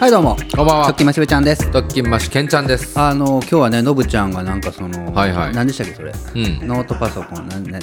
はいどうもこんばんさはっきましべちゃんです特勤マシケンちゃんですあの今日はねのぶちゃんがなんかその、はいはい何でしたっけそれ、うんノートパソコンなんなん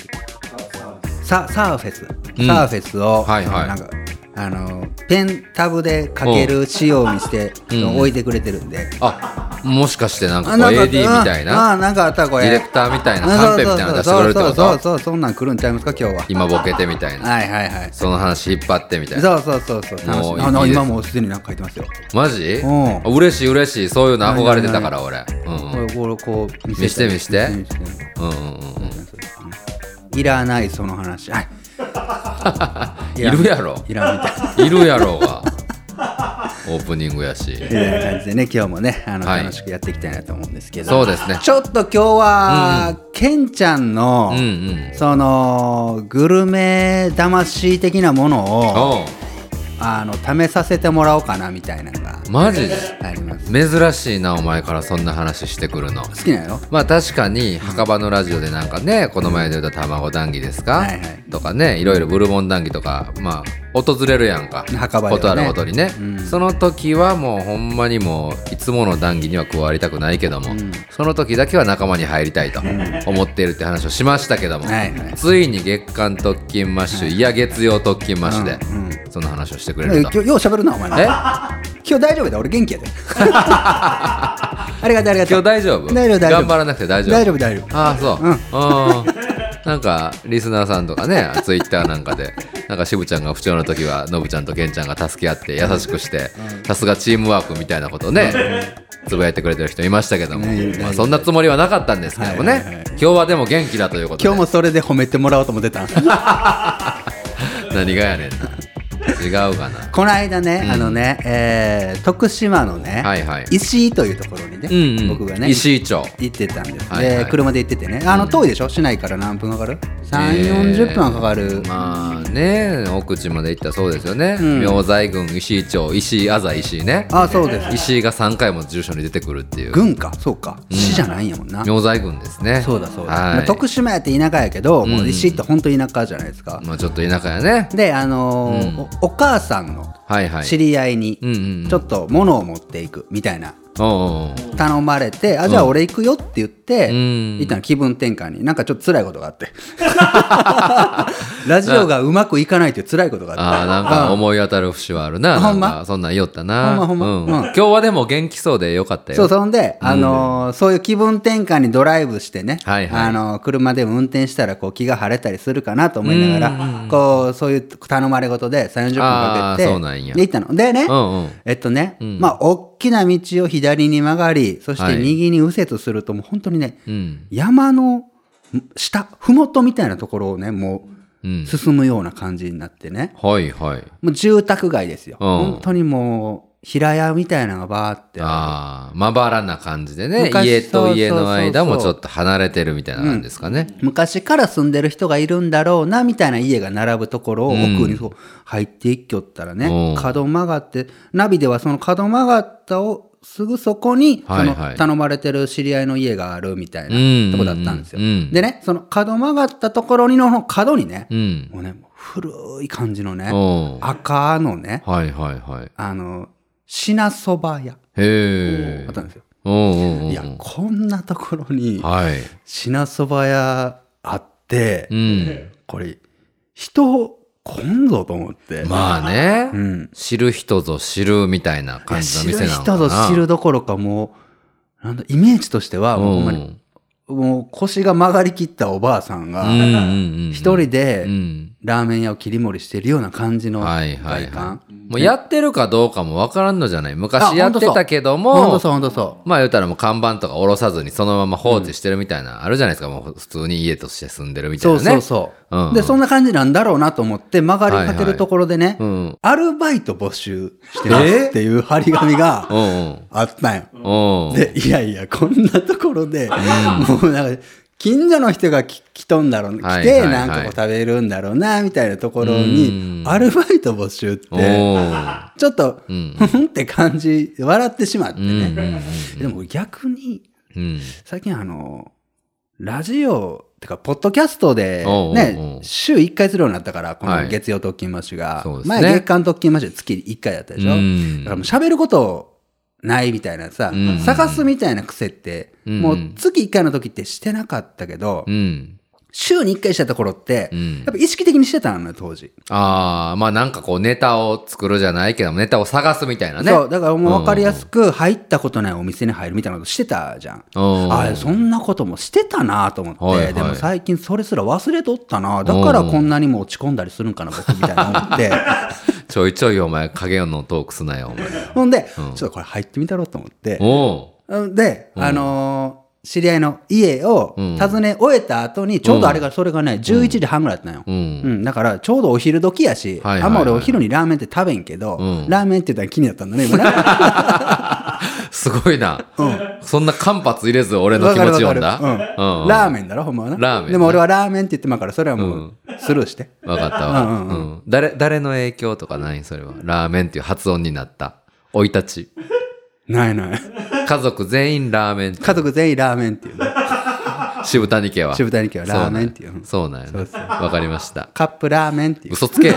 ササーフェス、うんサーフェスを、はいはいなんかあのペンタブで書ける仕様にして、うん置いてくれてるんで、あもしかしてなんかこうなんか AD みたいあなあなんかあったこデれィレクターみたいなカンペみたいなの出してくれるってこそうそうそうとそうそんなん来るんちゃいますか今日は今ボケてみたいなはいはいはいその話引っ張ってみたいなそうそうそうそう楽しもういいいあのです今もうすでになんか書いてますよマジうん嬉しい嬉しいそういうの憧れてたから俺うんこれこれこう見見して見して見せ見せうんうんうんうんいらないその話はいいるやろいらんみたいいるやろうがオープニングやしみたいな感じでね今日もねあのはい楽しくやっていきたいなと思うんですけど、そうですねちょっと今日は、ケンちゃんの、うんうんそのグルメ魂的なものをおうあの試させてもらおうかなみたいなのがマジであります珍しいなお前からそんな話してくるの好きなのまあ確かに墓場のラジオでなんかねこの前で言った卵談義ですか、はいはいとかねいろいろブルボン談義とかまあ訪れるやんか墓場ではねことあるごとにね、うんその時はもうほんまにもういつもの談義には加わりたくないけども、んその時だけは仲間に入りたいと思っているって話をしましたけども、はいはいついに月間特勤マッシュ、いや月曜特勤マッシュで、うんうんその話をしてくれえる今日と。よう喋るなお前なえ今日大丈夫だ俺元気や でありがとうありがと今う日大丈夫大丈夫大丈夫頑張らなくて大丈夫大丈夫大丈夫ああそう、うんあー なんかリスナーさんとかねツイッターなんかでなんか渋ちゃんが不調の時はノブちゃんとケンちゃんが助け合って優しくしてさすがチームワークみたいなことをねつぶやいてくれてる人いましたけども、ねまあ、そんなつもりはなかったんですけどもね、はいはいはい今日はでも元気だということで今日もそれで褒めてもらおうと思ってたん何がやねんな違う かなこの間ね、あのね、えー徳島のね、はいはい石井というところにね、うん、うん、僕がね石井町行ってたんです、はいはいで車で行っててねあの遠いでしょ市内から何分かかる3 4 0分はかかる、まあね奥地まで行ったそうですよね、うん明西郡石井町石井あざ石井ねあそうです石井が3回も住所に出てくるっていう軍かそうか、市じゃないんやもんな明西郡ですねそうだそうだ、はまあい徳島やって田舎やけど、もうんう石井って本当田舎じゃないですか、まあちょっと田舎やねであのーうんおお母さんのはいはい知り合いにうんうんうんちょっと物を持っていくみたいなおうおうおう頼まれて、あじゃあ俺行くよって言って、うん行ったの気分転換になんかちょっと辛いことがあってラジオがうまくいかないという辛いことがあっああなんか思い当たる節はあるなあなほんんまかそんなん言おったなほんまほんまうんうん今日はでも元気そうでよかってたよそうそんで、あのーそういう気分転換にドライブしてね、はいはいあのー車でも運転したらこう気が晴れたりするかなと思いながら、こうそういう頼まれ事で30分かけあーてそうなんやで行ったのでね、うんうんえっとね、まあ大きな道を左に曲がりそしはいて右に右折するともう本当にね、うん山の下麓みたいなところをねもううん進むような感じになってねはいはいもう住宅街ですよ、うん本当にもう平屋みたいなのがバーってああまばらな感じでね昔家と家そうそうのそうそう間もちょっと離れてるみたいな感じですかね昔から住んでる人がいるんだろうなみたいな家が並ぶところを奥にそう入っていっきょったらね、うん角曲がってナビではその角曲がったをすぐそこにそはいのはい頼まれてる知り合いの家があるみたいうんなとこだったんですよ。うんでねその角曲がったところにの角にね、うんもうねもう古い感じのねおう赤のねはいはいはいあの品そば屋へえあったんですよ。おうおうおういやこんなところにはい品そば屋あって。うんこれ人来んぞと思って、まあねうん、知る人ぞ知るみたいないや感じの知る店なのか人なぞ知るどころかもうなんだイメージとしてはうんもうほんまにもう腰が曲がりきったおばあさんうんがうんうん一人うでんラーメン屋を切り盛りしてるような感じのはい外はいはい観もうやってるかどうかもわからんのじゃない昔あやってたけどほんともそうほんとそまあ言うたらもう看板とか下ろさずにそのまま放置してるみたいな、あるじゃないですかもう普通に家として住んでるみうたいそなうねそうそう、うんうんでそんな感じなんだろうなと思って曲がりかけるところでね、うんアルバイト募集してますっていう張り紙がうんあったんようんうんで、いやいや、こんなところで、もうなんか、近所の人がき来とんだろう、来はいはいて、はいなんかこう食べるんだろうな、みたいなところうんに、アルバイト募集っおて、ーちょっと、うんふんって感じ、笑ってしまってうんうんね。でも逆に、うん最近あの、ラジオ、てか、ポッドキャストで、おうおうおうね、週1回するようになったから、こはのい月曜特勤マッシュが。そうですね前、月間特勤マッシュで月1回だったでしょ。うんだからもう喋ることないみたいなさ、うん探すみたいな癖って、うんもう月1回の時ってしてなかったけど、うん。週に1回したところって、うんやっぱ意識的にしてたのよ、当時。ああ、まあなんかこうネタを作るじゃないけども、ネタを探すみたいなね。そう、だからもう分かりやすく、入ったことないお店に入るみたいなことしてたじゃん。うんあそんなこともしてたなと思って、はいはいでも最近それすら忘れとったなだからこんなにも落ち込んだりするんかな、僕みたいな思 って。ちょいちょいお前、影のトークすなよ、お前。ほんで、ちょっとこれ入ってみたろうと思って。おで、あのー知り合いの家をうん訪ね終えた後に、ちょうどあれが、それがね、11時半ぐらいだったのよ。う。うんん、だから、ちょうどお昼時やし、はいはいはいあんま俺お昼にラーメンって食べんけど、うんラーメンって言ったら気になったんだね、今ねすごいな。そんな間髪入れず 俺のわ気かる持わかち読るんだ。うんうんラーメンだろ、ほんまはな。ラーメンねでも俺はラーメンって言ってまうから、それはもうスルーして。わかったわ。ううんん誰、誰の影響とかないそれは。ラーメンっていう発音になった。生い立ち。ないない。家族全員ラーメン。家族全員ラーメンっていうね。渋谷家は。渋谷家はラーメンっていううんそうなんやそうね。わかりました。カップラーメンっていう。嘘つけ。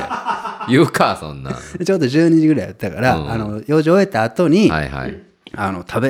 言うか、そんなん。はでちょうど12時ぐらいやったから、うんあの、用事終えた後に、いはい。あの、食べ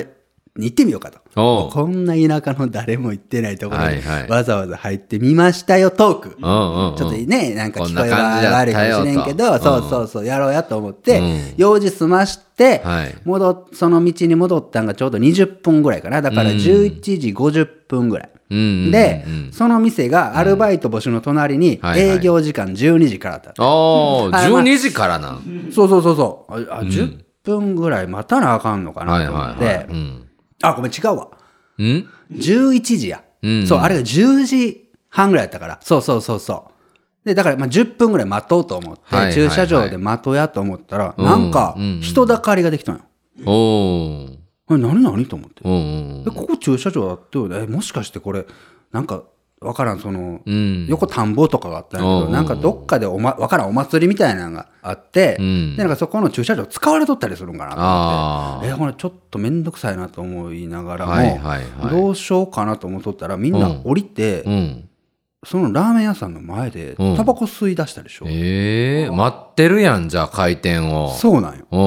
に行ってみようかと。おう。こんな田舎の誰も行ってないところにはいはいわざわざ入ってみましたよトーク。うんうんうん。ちょっとね、なんかこん聞こなえは感悪じいだかったもよしとれんけど、そううんそうそう、やろうやと思って、うん用事済まして、はい戻っその道に戻ったんがちょうど20分ぐらいかな。だから11時50分ぐらい。うんうんうん。で、その店がアルバイト募集の隣にはいはい営業時間12時からだった。おお、あまあ12時からなん。そうそうそうそう。ああ10分ぐらい待たなあかんのかはいなはと思っいはいて。。うん。あ、ごめん、違うわ。ん11時や。うんそう、あれが10時半ぐらいやったから。そうそうそうそう。で、だから、まあ、10分ぐらい待とうと思って、はいはいはい駐車場で待とうやと思ったら、うんなんかうんうん、人だかりができたのよ。おお。え、何何と思って。うんうんえ、ここ駐車場だってよね、え、もしかしてこれ、なんか、わからん、その、うん。横田んぼとかがあったんだけうんうんど、うんなんかどっかでおま、わからんお祭りみたいなのがあって、うんで、なんかそこの駐車場使われとったりするんかなとあえほらちょっと面倒くさいなと思いながらも、はいはいはいどうしようかなと思っとったらみんな降りて、あ。うん。そのラーメン屋さんの前でうんタバコ吸い出したでしょ、ええ、待ってるやん、じゃあ回転を。そうなんようん。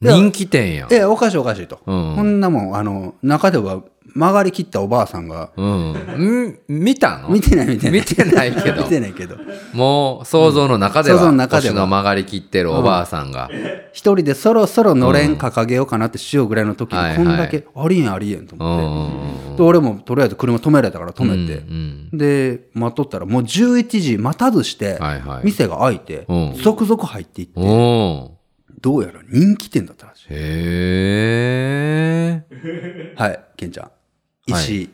いや人気店やん。えおかしいおかしいと、うんこんなもんあの中では曲がりきったおばあさんがうん。ん見たの見てない見てない見てないけ ど見。てないけどもう想像の中では、うん想像の中では腰の曲がりきってるおばあさんが。一人でそろそろのれん掲げようかなってしようぐらいの時はいにはこいんだけありえんありえんとう思って、ん。で俺もとりあえず車止められたから止うんめて、うん。で待っとったらもう11時待たずしてはいはい。店が開いてうん続々入っていってうん。どうやら人気店だったらしい。へえ。はい、ケンちゃん。はい石、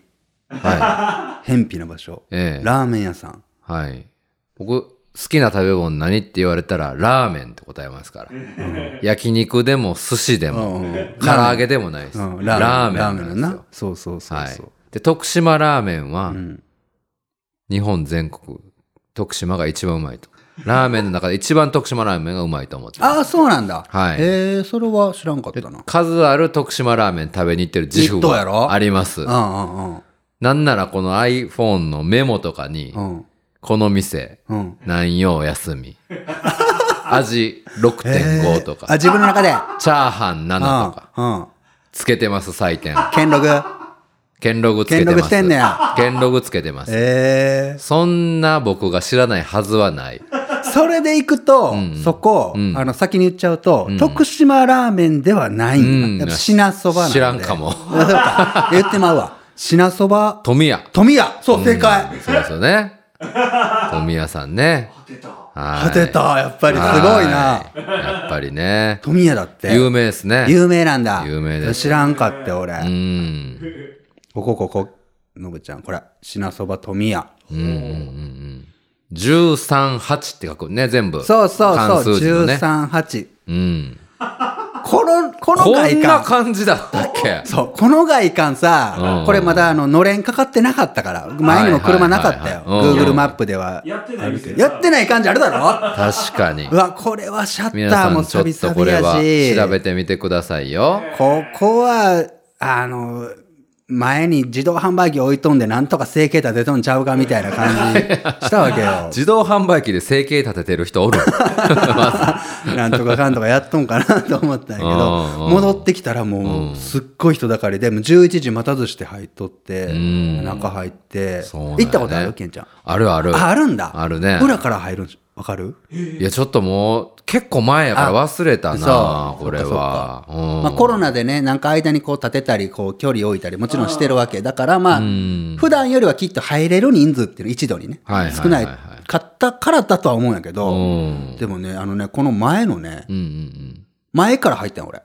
は偏僻な場所、い。ええ。ラーメン屋さん。はい。僕、好きな食べ物何って言われたら、ラーメンって答えますから。焼肉でも、寿司でうも、んうん唐揚げでもないです。うんラーメンラーなんメンでだすなよ。。そうそうそうはいそう。。で、徳島ラーメンはう、ん日本全国、徳島が一番うまいと。ラーメンの中で一番徳島ラーメンがうまいと思ってます。ああ、そうなんだ。はいえーそれは知らんかったな。数ある徳島ラーメン食べに行ってる自負一等やろがありますう。んうんなんならこの iPhone のメモとかにう、ん。この店、うん。うん。南洋 休み。味6.5とあ、か、自分の中で。チャーハン7とか、うん。うん。つけてます、採点。兼六。兼ログつけてま兼す。ログしてんねや兼ログつけてます。えそんな僕が知らないはずはない。ーそれで行くと、んそこ、んあの、先に言っちゃうと、ん徳島ラーメンではないんだな。うんやっぱ品そばなんで知らんかもあそうか言ってまうわ。品そば富谷。富谷そう、正解そうですよね。富谷さんね。は当いてたやっぱりすごいなはいやっぱりね。富谷だって有名ですね。有名なんだ有名です知らんかって俺、うん。ここここのぶちゃんこれ品そば富谷138って書くね、全部。そうそう漢そう、数字のね。 138うん。このこのこん外な観感じだったっけそうこの外観さ、うんこれまだあののれんかかってなかったから前にも車なかったよ、はいはいはいはいうん Google マップではやってなあいるですけよどやってない感じあるだろ確かにう。わこれはシャッ皆ターさもんちょサっビとサこビれやはし調べてみてくださいよ。ここは、あの、前に自動販売機置いとんでなんとか成形立てとんちゃうかみたいな 感じしたわけよ自動販売機で成形立ててる人お るなんとかかんとかやっとんかなと思ったんやけうんうどん戻ってきたらもうすっごい人だかりでもう11時待たずして入っとってん中入ってそうなんや行ねったことあるケンちゃんあるあるああるんだあるね裏から入るんじゃわかるいやちょっともう結構前やから忘れたなそうこれはうんまあ、コロナでね、なんか間にこう立てたり、こう距離を置いたり、もちろんしてるわけだから、まあ、ん普段よりはきっと入れる人数っていうの一度にねはいはい、はいはい少ないかったからだとは思うんやけうんど、うんでもね、あのね、この前のねうんう、ん前から入ったん俺。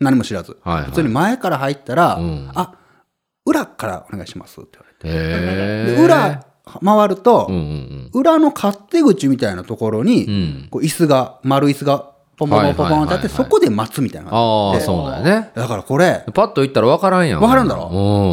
何も知らず。はいはい普通に前から入ったらうん、あ、裏からお願いしますって言わへれえて。で裏回るとうんう、ん裏の勝手口みたいなところうんうに、んこう椅子が、丸椅子が、ポンポンポンポンポンってあって、はいはいはいはいそこで待つみたいなのがああっあて。そうだよねだからこれ、パッと行ったら分からんやん分からんだろ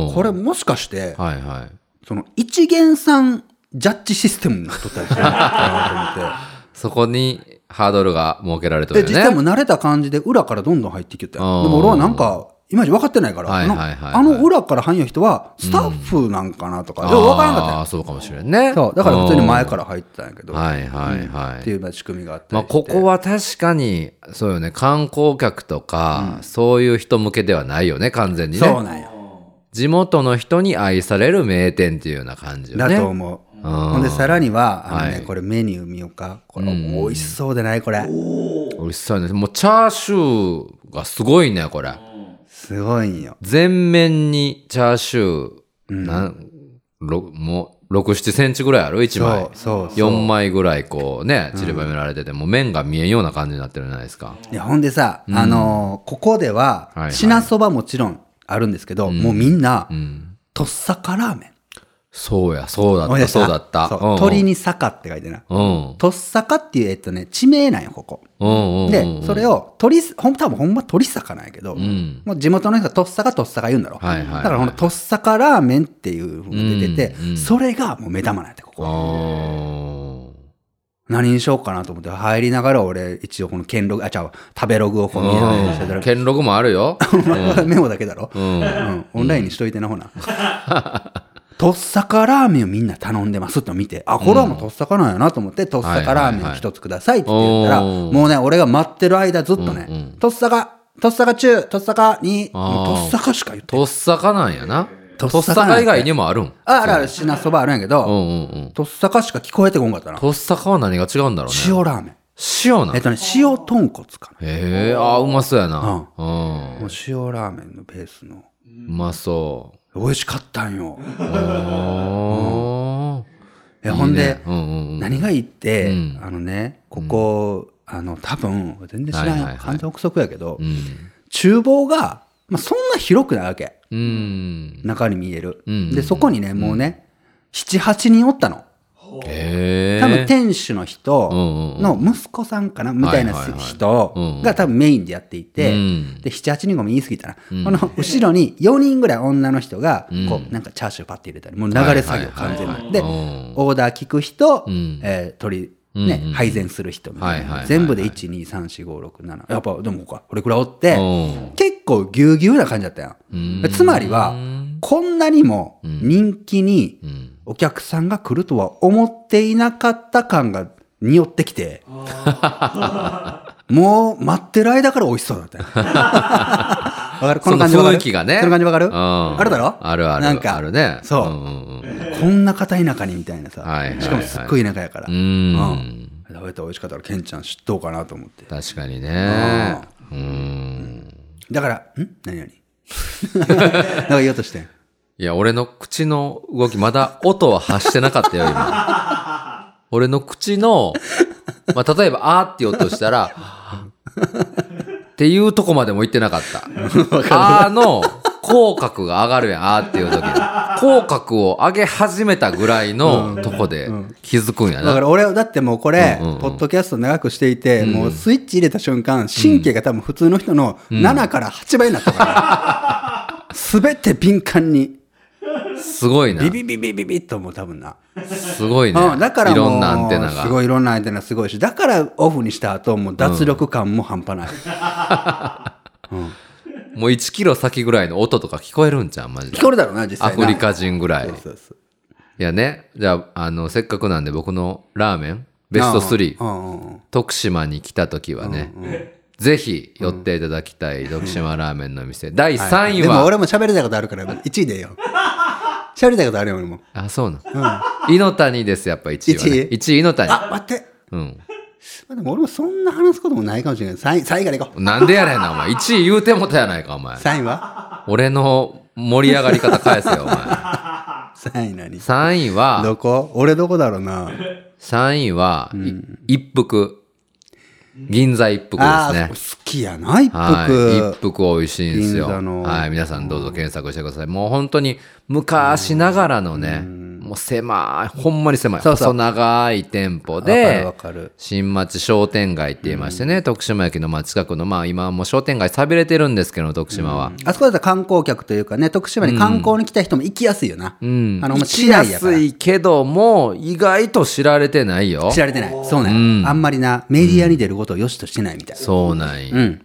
うんこれもしかして、はいはその一元さんジャッジシステムになっとったりするのかなと思っいそこにハードルが設けられてて。るで、よ実際ねもう慣れた感じで裏からどんどん入ってきてたようんでも俺はなんか、いまいち分かってないから、はいはいはいはいなあの裏から入る人は、スタッフなんかなとか、でも分からんかったあよあそうかもしれんねそう、だから普通に前からら入ってたんやけど、はいはいはいっていうような仕組みがあったりして。まあ、ここは確かに、そうよね、観光客とか、そういう人向けではないよね、完全にそうね。なんや。地元の人に愛される名店っていうような感じよね。だと思う。うんほんで、さらには、あのね、はいこれメニュー見ようか。これ、うん美味しそうでないこれ。美味しそうやね。もうチャーシューがすごいね、これ。すごいんよ。全面にチャーシュー、なん、ろもう、6、7センチぐらいある ?1 枚そう。そうそう。 4枚ぐらいこうね、散りばめられてて、もう麺が見えんような感じになってるじゃないですか。いやほんでさ、あのーここでははいはい品そばもちろんあるんですけど、もうみんな、うん。とっさかラーメンそうや、そうだっ思い出た、したそうだった。そううんうん鶏。に坂って書いてなうん。とっさかっていうえっとね地名なんよここうんうんうんうんでそれを鳥すほん多分ほんま鳥坂なんやけど、んもう地元の人はとっさかとっさか言うんだろ、はいはいはいだからこのとっさかラーメンっていうのが出てて、うんうんそれがもう目玉なんやってこあこー何にしようかなと思って入りながら俺一応この兼ログあちゃう食べログをこう見えながらしてたうんら兼六もあるよ。 メモだけだろ、うん。うん、オンラインにしといてな、ほな。とっさかラーメンをみんな頼んでますと見て、あ、これはもうとっさかなんやなと思って、とっさかラーメンを一つくださいって言ったら、はいはいはいおーもうね、俺が待ってる間ずっとうんね、とっさか、とっさか中、とっさかに、あーもうとっさかしか言ってとっさかなんやな。ととっっささかなんやか以外にもあるん。あ、あるある、品そばあるんやけうんうど、んうん。とっさかしか聞こえてこんかったな。とっさかは何が違うんだろうね。塩ラーメン。塩なえっん。とね、塩豚骨かへえ、あーうまそうやな。うな。もん。う塩ラーメンのベースの。うまそう。美味しかったんよ。おーえほんで、いいねうんうんうん。何がいいって、うんあのねここ、あの多分全然知らんよ、はいはいはい完全憶測やけど、うん。厨房が、まあ、そんな広くないわけうん。中に見える、うんうんうんでそこにねもうね78人おったのへえ。多分店主のうん人うんうんの息子さんかなみたいなはいはいはいうん人うんが多分メインでやっていて、うんで78人ごめん言い過ぎたな、この後ろに4人ぐらい女の人がこうなんかチャーシューパッて入れたりもう流れ作業完全に、はいはいはいはいでうんオーダー聞く人、うんえー取り、うんね配膳する人みたいな、はいはいはいはい全部で12345677やっぱでもこれくらいおって、うん結構ぎゅうぎゅうな感じだったよ、うんつまりはこんなにも人気にうんお客さんが来るとは思っていなかった感が匂ってきてもう待ってる間から美味しそうだった よわかるこの感じわかるその雰囲気がねその感じわかる、うんあるだろあるある。なんかあるね。そううんうんうんこんな片田舎にみたいなさ、はいはいはいしかもすっごい田舎やから、う。うん食べたら美味しかったからケンちゃん知っとうかなと思って確かにね。うん。だからん何 何なんか言おうとしてんいや、俺の口の動き、まだ音は発してなかったよ、今。 俺の口の、まあ、例えば、あーって音したら、っていうとこまでも言ってなかった。あーの、口角が上がるやん、あーっていう時に。口角を上げ始めたぐらいのとこで気づくんやだかな。ら俺はだってもうこれ、うんうんうんポッドキャスト長くしていて、もうスイッチ入れた瞬間神経が多分普通の人の7から8倍になった から、全て敏感にすごいなビ。ビビビビビッともう多分な、すごいね。うん、だからいもうろんなアンテナが。すごいいろんなアンテナすごいしだからオフにした後もう脱力感も半端ない、もう1キロ先ぐらいの音とか聞こえるんじゃん、マジで聞。こえるだろうな、実際アなフリカ人ぐらい。そういそうそうやね、じゃあ、あの、せっかくなんで僕のラーメン、ベスト3。うんうんうん徳島に来た時はね、ぜひ寄っていただきたい徳島ラーメンの店。第3位でもは、俺も喋りたいことあるから、1位でいい よ。喋りたいことあるよ、俺も。あ、そうなの。猪谷です、やっぱ1位は、ね。一位1位猪谷。あ、待って。うん。まあでも俺もそんな話すこともないかもしれない。3位、3位からいこう。なんでやねんな、お前。1位言うてもたやないか、お前。 3位は俺の盛り上がり方返せよ、お前。 ?3 位何3位は、どこ俺どこだろうな。 3位は、い一服。銀座一服ですああ、ね好。きやな、一はい、一服。服美味しいんですよ。銀座のはい、皆さんどうぞ検索してください。もう本当に昔ながらのね、もう細い、ほんまに狭い、そうそう細長い店舗わで、かるわかる新町商店街って言いましてね、徳島駅のまあ近くの、まあ今はもう商店街寂れてるんですけど、徳島は。あそこだったら観光客というかね、徳島に観光に来た人も行きやすいよな。うん。あの、行市きや内やかすら。いけども、意外と知られてないよ知。られてない。そうね。あんまりな、メディアに出ることを良しとしてないみたいな。そうなんや。うん。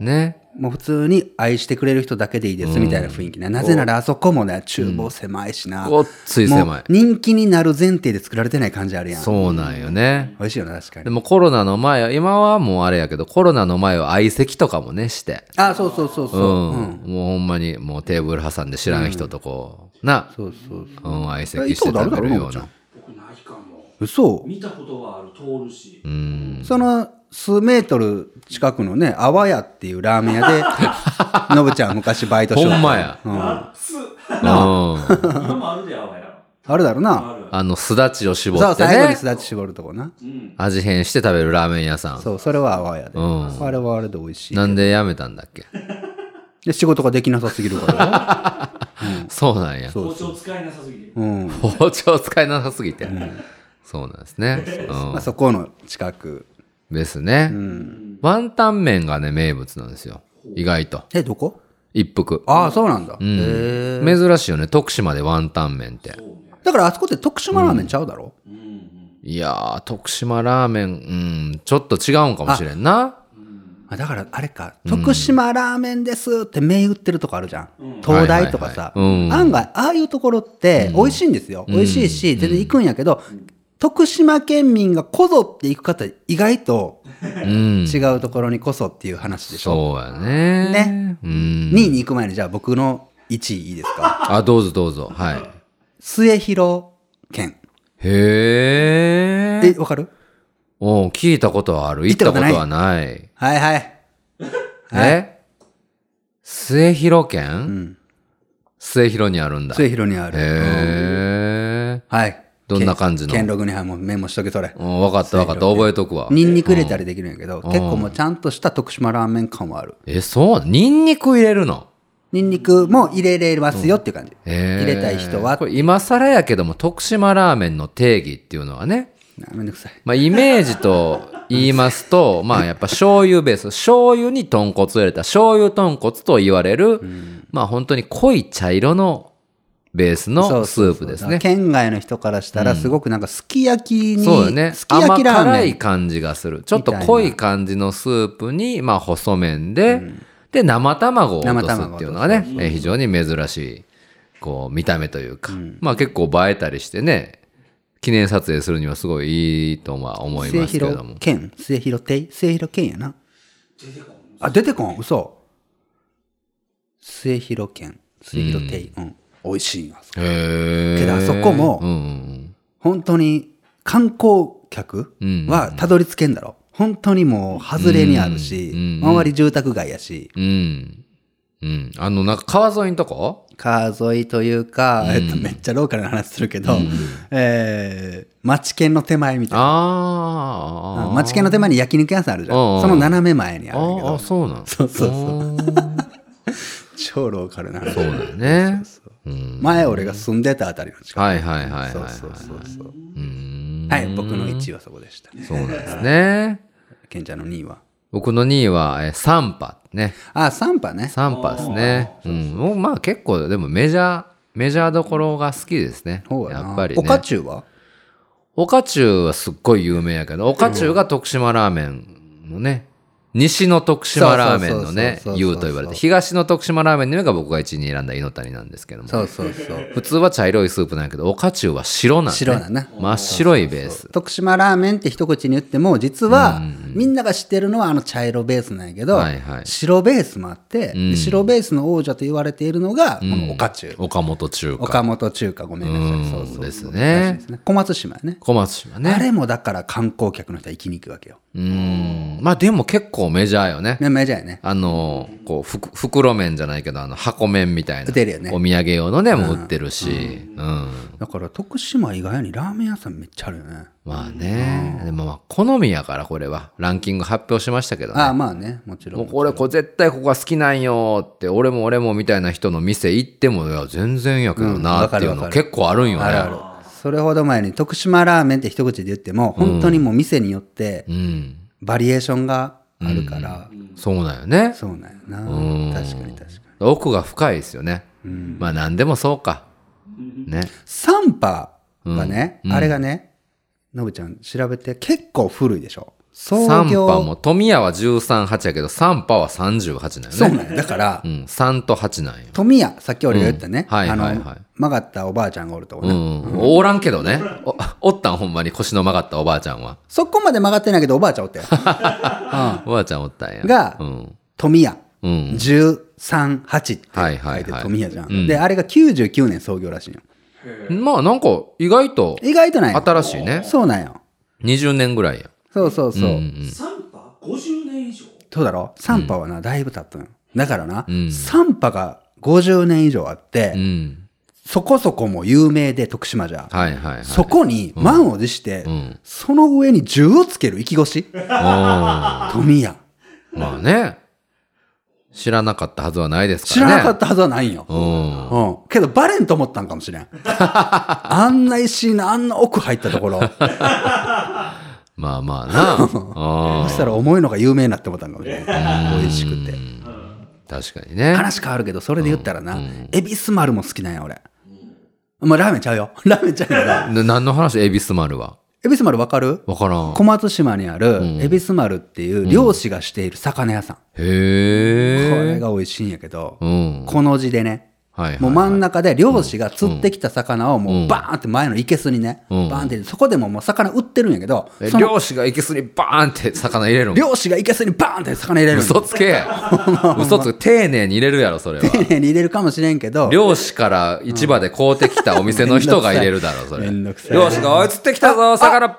ね。もう普通に愛してくれる人だけでいいですみたいな雰囲気ね。なぜならあそこもね、厨房狭いしな。ごっつい狭いもう人気になる前提で作られてない感じあるやん。そうなんよね。美味しいよな、確かでに。もコロナの前は、今はもうあれやけど、コロナの前は相席とかもね、して。あ、そうそうそうそうう。ん。もうほんまに、もうテーブル挟んで知らん人とこう、な、そうそうそうん、相う。席伊して藤誰だ食ろうべるな、よもうちゃな。ん。僕ないかも嘘見たことはある通るしうん。その数メートル近くのね、あわやっていうラーメン屋 で、のぶちゃん昔バイトしほてたんまや。うんすうん。今もあるであわやあるだろうあな。るあの、すだちを絞そう、って最後にねす、だち絞るとこな。うん味変して食べるラーメン屋さん。そう、それはあわやで。うんあれはあれで美味しい。なんでやめたんだっけで仕事ができなさすぎるから。そうなんや。包丁使いなさすぎてうん。包丁使いなさすぎて。そうなんですね。まあ、そこの近く。うん。ですね。ワンタン麺がね、名物なんですよ。意外と。え、どこ一服。ああ、そうなんだ。うん珍しいよね徳島でワンタン麺ってだからあそこって徳島ラーメンちゃうだろ、うんうんいやー徳島ラーメンうんちょっと違うんかもしれんなあだからあれか、徳島ラーメンですって銘打ってるとこあるじゃん。東大とかさ、はいはいはいうん案外、ああいうところって美味しいんですよ。美味しいし、全然行くんやけど、徳島県民がこぞって行く方、意外とうん違うところにこそっていう話でしょ。そうやねねうん2位に行く前に、じゃあ僕の1位いいですか。あどうぞどうぞはい末広県。へえ、えわかるおう聞いたことはある行行っったたここととないはないはいはい。はいえ末広う県ん。末広にあるんだへ末広にある。えはい。どんな感じの兼六にはもうメモしとけ、それ。分かった分かった覚えとくわニンニク入れたりできるんやけど、結構もうちゃんとした徳島ラーメン感はある。えそうニンニク入れるのニンニクも入れれますよっていう感じ。入れたい人はこ、れ今更やけども徳島ラーメンの定義っていうのはね、なめんどくさい。まあ、イメージと言いますと まあやっぱ醤油ベース醤油に豚骨を入れた醤油豚骨と言われる、まあ本当に濃い茶色のベースのスープですね県外の人からしたら、すごくなんかすき焼きに、そうだねすき焼甘きラー辛メいン。感じがするちょっと濃い感じのスープにまあ細麺で、で生卵を落とすっていうのがね、えー非常に珍しいこう見た目というか、まあ結構映えたりしてね記念撮影するにはすごいいいとは思い末ますけれど広も県末広亭末広県やな。出てこんあ、出てこん嘘。末広県末広亭。うん。美味しいんやへえけどあそこもうんうん本当に観光客はたどり着けんだろ。本当にもう外れにあるし、うん周り住宅街やし、うんうんうんあのなんか川沿いのとこ川沿いというか、えっと、めっちゃローカルな話するけど、えー、町犬の手前みたいな。あーあ町犬の手前に焼肉屋さんあるじゃんうんう。んその斜め前にあるんやけああど、そうなんそうそうそうそう超ローカルな話。そうだよね。うん前俺が住んでたあたりの近く。はいはいはいはいそうはい。そうそうそう。うーんはい、僕の1位はそこでした。そうなんですね。ケンちゃんの2位は。僕の2位は、えー、サンパね。あ、3波ね。サンパですね。うん。もうまあ結構、でもメジャー、メジャーどころが好きですね。ほうやな。やっぱりおかね。ちゅうはオカチュウはすっごい有名やけど、オカチュウが徳島ラーメンのね、西の徳島ラーメンそうそのねうそうそうそうそう優と言われて東の徳島ラーメンの夢が僕が1位に選んだ猪谷なんですけどもそうそうそう。普通は茶色いスープなんやけどおかちゅうは白なん、ね、白なんな真っ白いベース徳島ラーメンって一口に言っても、実は、みんなが知ってるのはあの茶色ベースなんやけどはいは、い白ベースもあって、んで白ベースの王者と言われているのが、この岡中。岡本中華岡本中華、ごめんなさい。うんそうそう。ですねそうです。小松島やね。小松島あねれもだから観光客の人は行きに行くわけよ。うんまあでも結構メジャーよねね、メジャーやね。あのこうふく袋麺じゃないけどあの箱麺みたいな売ってるよねお土産用のねもう売ってるし、うんだから徳島以外にラーメン屋さんめっちゃあるよね。まあね、でもまあ好みやからこれはランキング発表しましたけどねああ、まあね、もちろ。もうんこれこう絶対ここが好きなんよって俺も俺もみたいな人の店行ってもいや全然やけどなっていううんのわかるわかる結構あるんよねあるある。それほど前に徳島ラーメンって一口で言っても、本当にもう店によってうんバリエーションがあるから、そうだよねそうなんやな。うん確かに確かに。奥が深いですよね、まあ何でもそうかねサンパがね、うんあれがね、のぶちゃん調べて結構古いでしょ。創三業。波も富谷は138やけど三波は38なんよねそうなんや。だからう、ん、3と8なんよ。富谷、さっき俺が言ったね、うんはいあの、はいはい曲がったおばあちゃんがおるとこうね。ん。おらんけどね。おおったんほんまに腰の曲がったおばあちゃんは。そこまで曲がってないけどおばあちゃんお ったよ。おばあちゃんおったんや。がうん。富谷。うん。 138って書いてはいはいはい富谷じゃん、うんであれが99年創業らしいよまあなんか意外と意外とないよ新しいね。そうなんよ20年ぐらいや。そうそうそう、 3波 ?50 年以上そうだろ3波はなだいぶ経ったのよだからな、ん三波が50年以上あって、うん。そこそこもう有名で徳島じゃ、はいはいはい。そこに満を持して、んその上に10をつける生き越 しおーま富谷あね。知らなかったはずはないです知かららね。なかったはずはないんよ、うん。うん。けど、バレんと思ったんかも しれん。あんな石のあんな奥入ったところ、まあまあ な。あそしたら重いのが有名になって思ったんかもしれない。美味しくて。確かにね。話変わるけど、それで言ったらな、エビス丸も好きなんや、俺。まあ、ラーメンちゃうよ。 ラーメンちゃうよな。な何の話エビス丸は。エビス丸わかるわからん小。松島にある、エビス丸っていう漁師がしている魚屋さん。こへれえ。が美味しいんやけどう、ん。この字でね、はいはい、はい。もう真ん中で漁師が釣ってきた魚をもうバーンって前の生けすにね、バうんーンって、そこでももう魚売ってるんやけど、えその漁師がいけすにバーンって魚入れるん漁師が生けすにバーンって魚入れるん よ嘘つけ嘘つけ丁寧に入れるやろそれは丁寧に入れるかもしれんけど、漁師から市場で買うてきたお店の人が入れるだろそれめんどくさい漁師が「おい釣ってきたぞ魚バ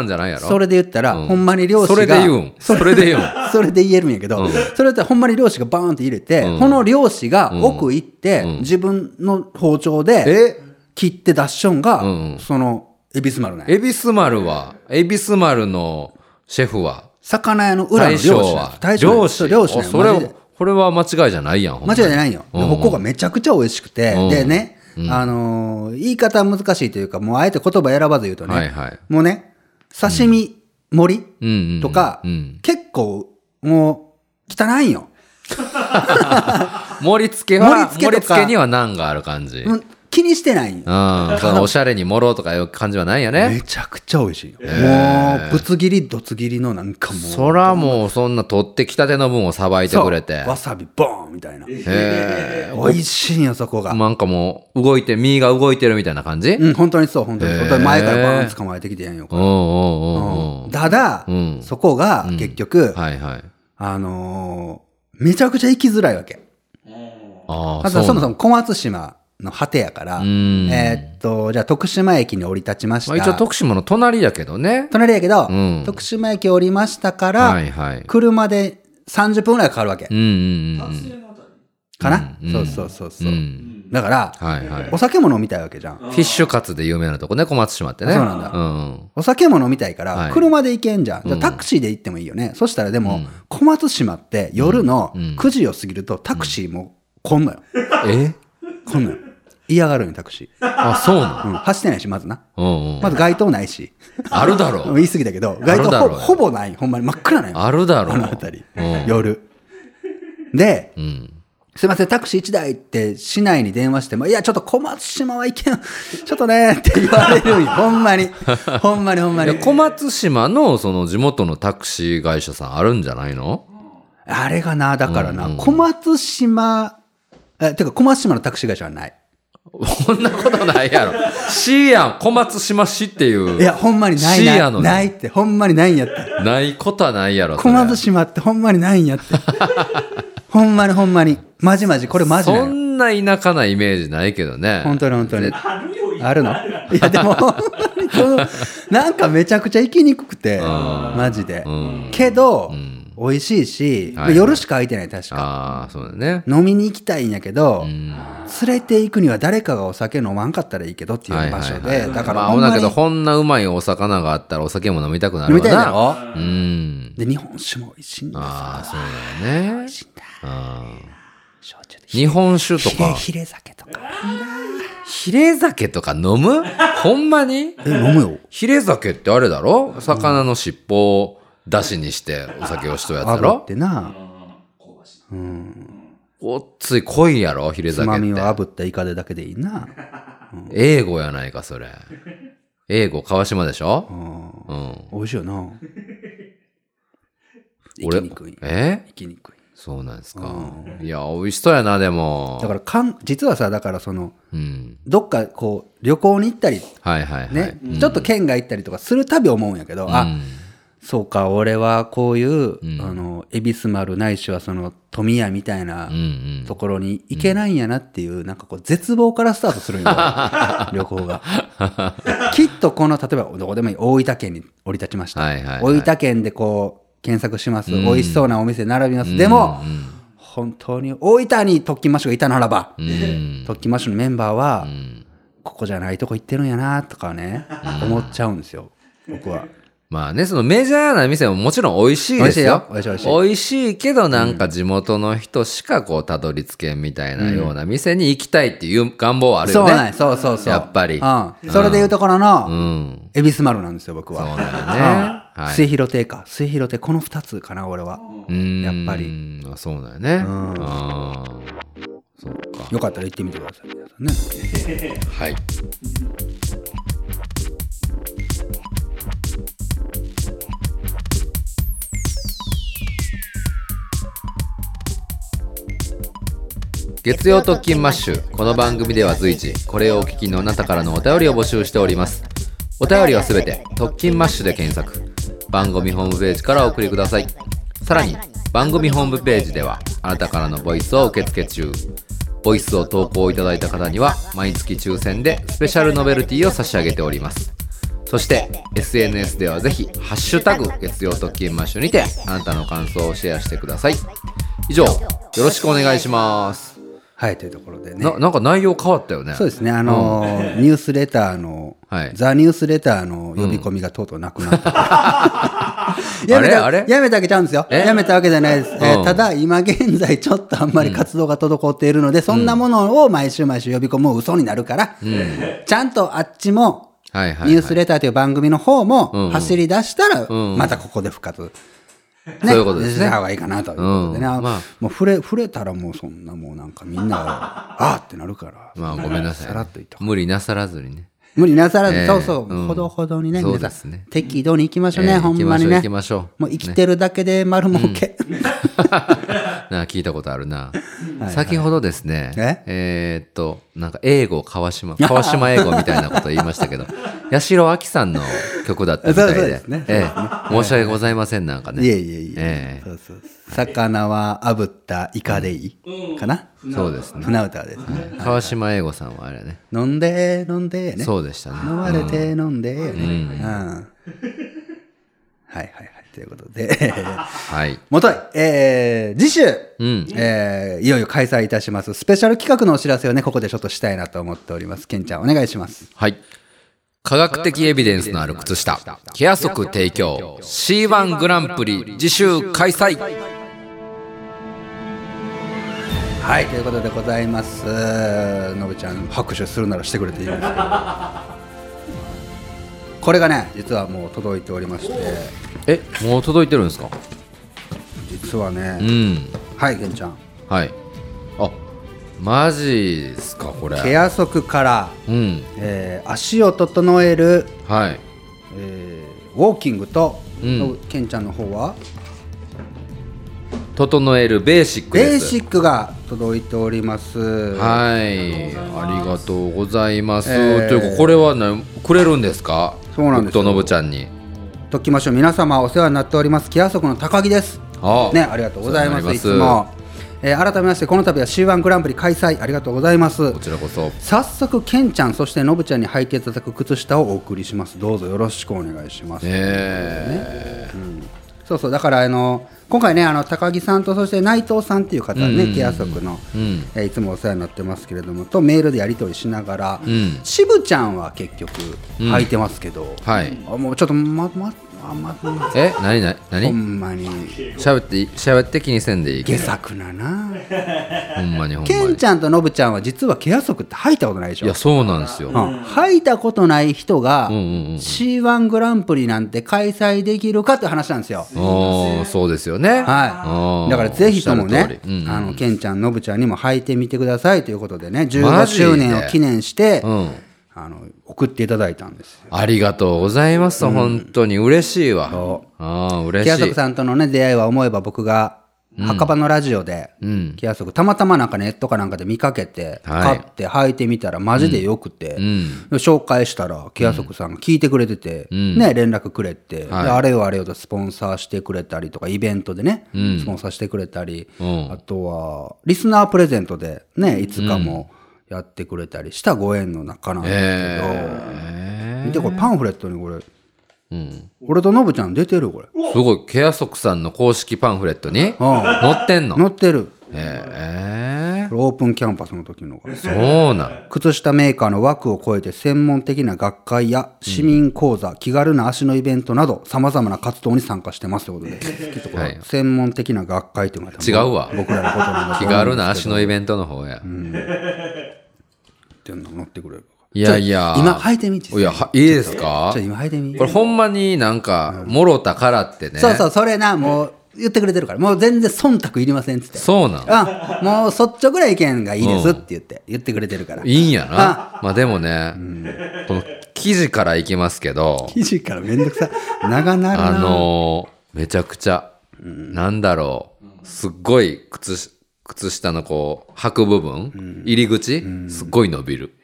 ーン!」じゃないやろそれで言ったら、んほんまに漁師がそれで言うんそれで言うんそれで言えるんやけど、それだったらほんまに漁師がバーンって入れて、この漁師が奥行って、自分の包丁で切って出しょんが、うんその恵比寿丸なんや恵比寿丸は恵比寿丸のシェフは魚屋の裏の大漁師将なんやは大将漁漁師師漁師なんやおそれマジでこれは間違いじゃないやんほん間ま違いにないよ、でうんここがめちゃくちゃ美味しくて、うんでね、あのー言い方は難しいというかもうあえて言葉選ばず言うとね、はいはいもうね刺身盛り、うんうんうんとか、うん結構もう汚いんよ。盛り付け盛はり付盛けりとか付けには難がある感じうん気にしてないんようん、そのおしゃれに盛ろうとかいう感じはないよね。めちゃくちゃ美味しいよ。もうぶつ切りどつ切りのなんかもう。そらもうそんな取ってきたての分をさばいてそうくれて。わさびボーンみたいな。へ美味しいんよそこがー。なんかもう動いて、身が動いてるみたいな感じ、うん、うん本当にそう本当にそう。へー本当に前からバーン捕まえてきてやんよ。こうれんうんうんうん。ただうんそこが結局はいはい。あのーめちゃくちゃ行きづらいわけ。ああ、あとそもなそも小松島の果てやから。んえーっとじゃあ徳島駅に降り立ちましまあ、一応た。徳島の隣だけどね。隣やけどうん徳島駅降りましたからはいはい。車で30分ぐらいかかるわけうんうんうん。達成のあたりかな、うんそうそうそうそう、うんだから、はいはい。お酒も飲みたいわけじゃんフィッシュカツで有名なとこね、小松島ってね。そうなんだうん。お酒も飲みたいから、はい車で行けんじゃん。じゃあタクシーで行ってもいいよね。そしたらでも、小松島って夜の9時を過ぎるとタクシーも来んのよ。え来んのよ。嫌がるんよ、タクシー。あ、そうなうん、走ってないし、まずな。のうんうん。まず街灯ないし。あるだろ。言い過ぎだけど、あ街る灯だほろうよほぼない。ほんまに真っ暗なんよ。あるだろ。あの辺りうん。夜。で、うん。すいません、タクシー1台って市内に電話しても、いや、ちょっと小松島は行けん。ちょっとね、って言われるん よ。ほんまに。ほんまにほんまいやに。小松島のその地元のタクシー会社さんあるんじゃないのあれがな、だからな、うんうん小松島、え、てか小松島のタクシー会社はない。こんなことないやろ。C やん、小松島市っていう。いや、ほんまにない市なやのい。にないって、ほんまにないんやって。ないことはないやろ。そ小れ松島ってほんまにないん やって。ほんまにほんまに。まじまじ、これマジなその。んな田舎なイメージないけどね。本当に本当に。あるよ、いっぱいあるのいや、でも、ほんまにそのなんかめちゃくちゃ行きにくくて、マジで。うん。けどん、美味しいしはいは、い夜しか空いてない、確か。ああ、そうだね。飲みに行きたいんやけどう、ん。連れて行くには誰かがお酒飲まんかったらいいけどっていう場所はいはいで、だからまあ、ほんだまけにど、こんなうまいお魚があったらお酒も飲みたくなる飲わみな。たいだろうん。で、日本酒も美味しいんだああ、さ。そうだよね。ああ焼酎で日本酒とひれか、ひれ酒とか。ひれ酒とか飲 むほんまにえ、飲むよ。ヒレ酒ってあれだろ魚の尻尾を出汁にしてお酒をしとるやつだ炙っろてな。香ばしい。うん。ごっつい濃いやろヒレつ酒まみっをて。炙ったイカでだけでいいな。英語やないか、それ。英語、川島でしうょん。うん。美味しいよな。生き俺にくい。え生きにくい。そうなんですか。いや、美味しそうやな、でも。だからかん、実はさ、だからその、うん。どっかこう、旅行に行ったり、はいはいはい。ね、ちょっと県外行ったりとかするたび思うんやけど、うあ、んそうか、俺はこういう、んあの、恵比寿丸ないしはその、富谷みたいなうんうん。ところに行けないんやなっていう、なんかこう、絶望からスタートする んや、旅行が。きっとこの、例えば、どこでもいい、大分県に降り立ちました。はいはいはい大分県でこう、検索します。うん美味しそうなお店並びます。でも、うん本当に大分に特勤マッシュがいたならば、うん。特勤マッシュのメンバーはう、んここじゃないとこ行ってるんやなとかね、思っちゃうんですよ、僕は。まあね、そのメジャーな店ももちろん美味しいですよ。美味しいよ美味しい美美味しいけど、なんか地元の人しかこう、たどり着けんみたいなような店に行きたいっていう願望はあるそようね。なんやそうそうそう。やっぱりうん。それでいうところの、うん。恵比寿丸なんですよ、僕そうなんは。だよね。はい。末広亭か。末広亭、この2つかな、俺は。うんやっぱ。あそうだよね。んあーそうか。よかったら行ってみてください、皆さんね。はい。月曜特勤マッシュこの番組では随時これをお聞きのあなたからのお便りを募集しておりますお便りはすべて特勤マッシュで検索番組ホームページからお送りくださいさらに番組ホームページではあなたからのボイスを受付中ボイスを投稿いただいた方には毎月抽選でスペシャルノベルティを差し上げておりますそして SNS ではぜひ「ハッシュタグ月曜特勤マッシュ」にてあなたの感想をシェアしてください以上よろしくお願いしますはい、というところでねな。なんか内容変わったよねそうですね、あのー、ニュースレターのはい、ザ・ニュースレターの呼び込みがとうとうなくなった。 やめあたれあれやめたわけちゃうんですよ。えやめたわけじゃないです。えーうんただ、今現在、ちょっとあんまり活動が滞っているので、そんなものを毎週毎週呼び込む嘘になるから、ちゃんとあっちも、はいはい、ニュースレターという番組の方うんうもん走り出したら、うんうんまたここで復活。ねそういうことですねした方がいいかなということでね。うんあまあもう触れ、触れたらもうそんなもうなんかみんなが、 あーってなるから。まあごめんなさいさらっと言っとこう無理なさらずにね無理なさらず、ええそうそう、うんほどほどにね、そう皆さですん、ね適度に行きましょうね、ええほんまにね。行きましょう行きましょうもう生きてるだけで丸儲け。 なあ聞いたことあるな先ほどですねえーっとなんか英語川島川島英語みたいなこと言いまし たけど八代亜紀さんの曲だったみたいでそうそうですねええ申し訳ございませんなんかね いえいえいええ。えそうそう魚は炙ったイカでいいかなそうですね船歌ですね。川島英語さんはあれね飲んで、飲んで、ね。そうでしたね飲まれて飲んで、ね。うん。はい はいはい。ということで、 はいもとい、えー、次週、うんえーいよいよ開催いたします、スペシャル企画のお知らせをね、ここでちょっとしたいなと思っております。ケンちゃん、お願いします。はい。科学的エビデンスのある靴下、ケア足提供、C1 グランプリ、次週開催。はい、ということでございます。のぶちゃん、拍手するならしてくれていいんですけど。 これがね、実はもう届いておりまして、え、もう届いてるんですか実はうね、ん。はい、けんちゃん、はい。あ、マジですか、こケれ。ア足から、うん。えー足を整える、はい。えーウォーキングと、うんのけんちゃんの方は整えるベーシックベでーすシックが届いております。はいありがとうございます、えーというかこれは、ね、くれるんですかそうなんですよ僕とのぶちゃんにときましょう皆様お世話になっております木屋足の高木ですあねありがとうございますお世話いにつなりまも、えー改めましてこの度は C1 グランプリ開催ありがとうございますこちらこそ早速けんちゃんそしてのぶちゃんに履いていただく靴下をお送りしますどうぞよろしくお願いします、えそうそうだからあの今回ねあの高木さんとそして内藤さんっていう方ね、木屋足の、うんえーいつもお世話になってますけれどもとメールでやり取りしながら、うんしぶちゃんは結局履いてますけど、はいあもうちょっとままあまえ何何ほ何んまに喋って喋って気にせんでいい下作ななほんまにほんケまンにちゃんとノブちゃんは実はケア足って履いたことないでしいょやそうなんですよ、うん履いたことない人がうんうんうん C1 グランプリなんて開催できるかって話なんですよ。おーそうですよねはおーい、だからぜひともおっしゃるね通りうんう、んあのケンちゃん、ノブちゃんにも履いてみてくださいということでね、マ15ジで周年を記念して、うんあの送っていただいたんですよ。ありがとうございます、本当に嬉しいわああ木嬉屋しい足さんとのね出会いは思えば僕が墓場のラジオでうん木屋足たまたまなんかネットかなんかで見かけて、は買いって履いてみたらマジでよくて。うん紹介したら、ケアソクさんが聞いてくれてて、んね、連絡くれて、はいであれよあれよとスポンサーしてくれたりとか、イベントでね、うんスポンサーしてくれたり、うんあとは、リスナープレゼントで、ね、いつかもやってくれたりしたご縁の中なんですけど、え見て、これパンフレットにこれ、ーうん、俺とノブちゃん出てる、これ。すごいケアソクさんの公式パンフレットに載ってんの載ってる。えこれオープンキャンパスの時のが。ー、そうなん靴下メーカーの枠を超えて専門的な学会や市民講座、気軽な足のイベントなどさまざまな活動に参加してますということではい専門的な学会というのは違うわ僕らのことなんだ気軽な足のイベントの方や、っていうの乗ってくれるいやいやちょ今履いてみていやはいいですかちょ今履いてみこれほんまになんかもろたからってねそうそうそれなもう言ってくれてるからもう全然忖度いりませんっつってそうなんあもう率直な意見がいいですって言って、言ってくれてるからいいんやな。まあでもね、この記事からいきますけど、記事からめんどくさ長なるなあのーめちゃくちゃ、なんだろう、すっごい靴し、靴下のこう、履く部分、入り口、すっごい伸びる。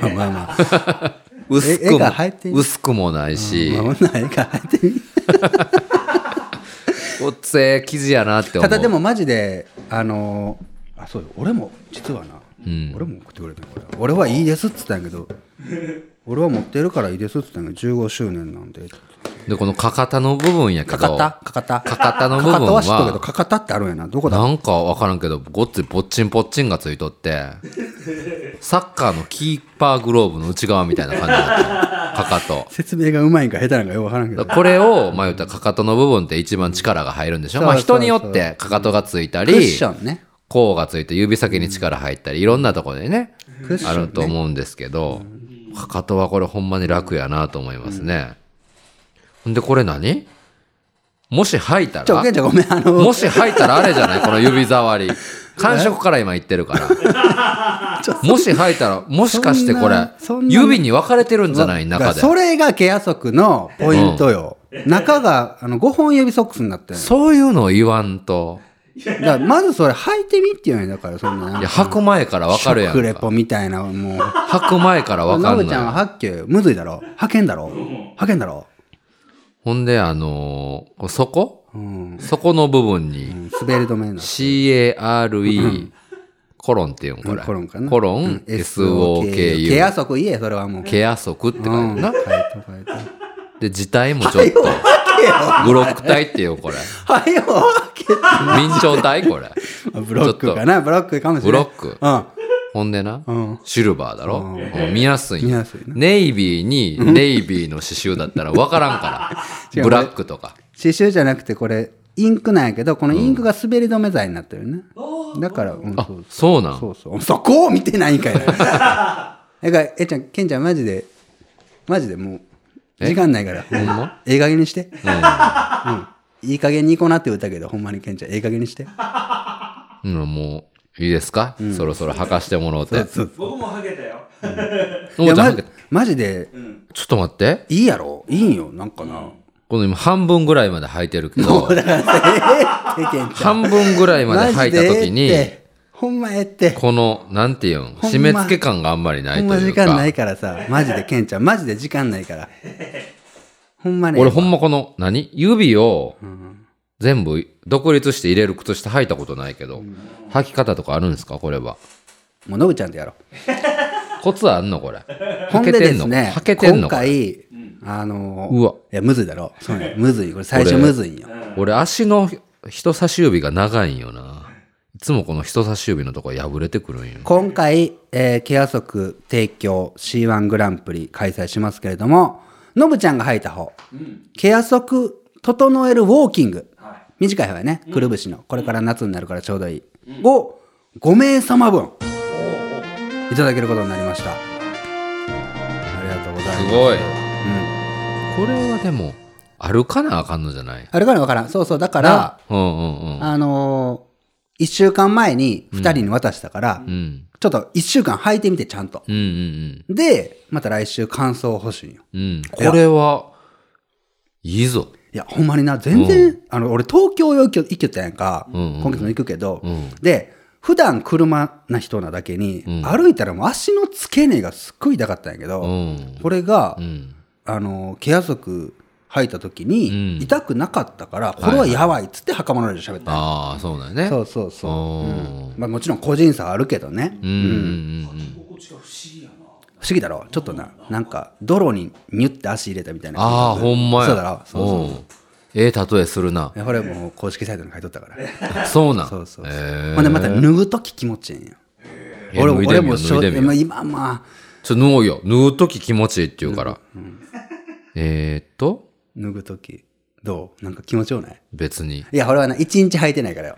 まあまあまあ薄えく絵もが入って、る薄くもないし、まあ女が履いてみてごっつええ記事やなって思ただう。でもマジであのーあそうよ俺も実はな、うん俺も送ってくれたのこれ俺はいいですっつったんやけど俺は持ってるからいいですっつったんやけど15周年なんでで、このかかたの部分やけかど、かたかかたかかたの部かか分たは知っとるけどは、かかたってあるんやなどこだなんかわからんけど、ごっついぽっちんぽっちんがつい とって、サッカーのキーパーグローブの内側みたいな感じだった。かかと。説明がうまいんか下手なんかよくわからんけどだからこれを、まあ言ったらかかとの部分って一番力が入るんでしょそうまあそうそう人によってかかとがついたクり、ッションね甲がついて指先に力入ったり、いろんなところでね、クッショあンねると思うんですけど、かかとはこれほんまに楽やなと思いますね。ほんでこれ何もし吐いたちょらけんちゃんごめんあのもし吐いたらあれじゃ ないこの指触り。感触から今言ってるから。 もし吐いたら、もしかしてこそんれなそん、な指に分かれてるんじゃない中で。それがケア足のポイントよ、中があの5本指ソックスになってる そういうのを言わんと。だからまずそれ履いてみっていうのよだからそんなないや、吐く前から分かるや食レんか。ポみたいなもう吐く前から分かノブんちゃんはない。はっきゅむずいだろはけんだろはけんだろほんで、あのー、そこうんそこの部分に、滑り止めな CARE、コロンっていうんこれ。コロンかなコロン、ケ SOKU、ア足言えそれはもうケア足って書いてうんな。書いた書いたで、字体もちょっ と、ブロック体ってよ、これ。はいよはけ明朝体これ。ブロックかなブロックかもしれブなロいック。うほんでな、うんシルバーだろ、うん見やすいん見ややすいなネイビーにネイビーの刺繍だったら分からんから 違うブラックとか刺繍じゃなくてこれインクなんやけどこのインクが滑り止め剤になってるねだからうんあそうそうなんそうそうそこを見てないん かいだからえちゃんケンちゃんマジでマジでもうえ時間ないからほんまええ加減にして。うん。いい加減に行こうなって言ったけど、ほんまにケンちゃん、ええ加減にして。うんもういいですか、そろそろ履かしてもらおうって僕もはけたよ。おいやちゃんマ履ジけマジで、ちょっと待っていいやろいいんよ、なんかな。この今半分ぐらいまで履いてるけど、だからええってケンちゃん半分ぐらいまで履いた時マジでええに、ってほんまええってこの、なんていうん、ほんま締め付け感があんまりないほんとまいう時か、間ないからさマジでケンちゃんマジで時間ないからほんまね俺ほんまこの、何指をん全部独立して入れる靴下履いたことないけど、履き方とかあるんですかこれは。もうノブちゃんとやろコツあんのこれ。う履ほんけでてでんのすね履けてんの今これ回あのーうわいやむずいだろそうねむずいこれ最初むずいんよ俺足の人差し指が長いんよな。いつもこの人差し指のとこ破れてくるんよ。今回、えー、ケア足提供 C1 グランプリ開催しますけれども、ノブちゃんが履いた方、ケア足整えるウォーキング、短い方やね、くるぶしの、これから夏になるからちょうどいい、を5名様分、いただけることになりました。ありがとうございますす。ごうい。んこれはでも、歩かなあかんのじゃないあれからわからん。そうそう、だから、うんうんうん。あのー、1週間前に2人に渡したから、うん。ちょっと1週間履いてみて、ちゃんと。うんうんで、また来週感想欲しいんよ。うん。うん。これは、いいぞ。いや、ほんまにな、全然、あの、俺東京よ行きよったやんか、うんうん今月も行くけど、うんで、普段車な人なだけに、うん歩いたらもう足の付け根がすっごい痛かったんやけど、うん。これが、うん。あの、ケア足履いた時に、うん痛くなかったから、これはやばいっつって袴の上で喋ったんや、ああ、そうだよね。そうそうそう。おーうんまあもちろん個人差はあるけどね。うんうんうんうん。心地が不思議やな不思議だろちょっとな、なんか、泥にニュって足入れたみたいな感じ。ああ、ほんまや。そうだろそうそう。んええ例えするな。いやこれもう公式サイトに書いとったから。そうなん。そうそうそう。ええほんでまた脱ぐとき気持ちいいんよ。え脱いでみようしょ脱いでみよまうあ今まあ、ちょ、脱おうよ。脱うとき気持ちいいって言うから。えーっと、脱ぐとき、どうなんか気持ちよない別に。いや、俺はな、一日履いてないからよ。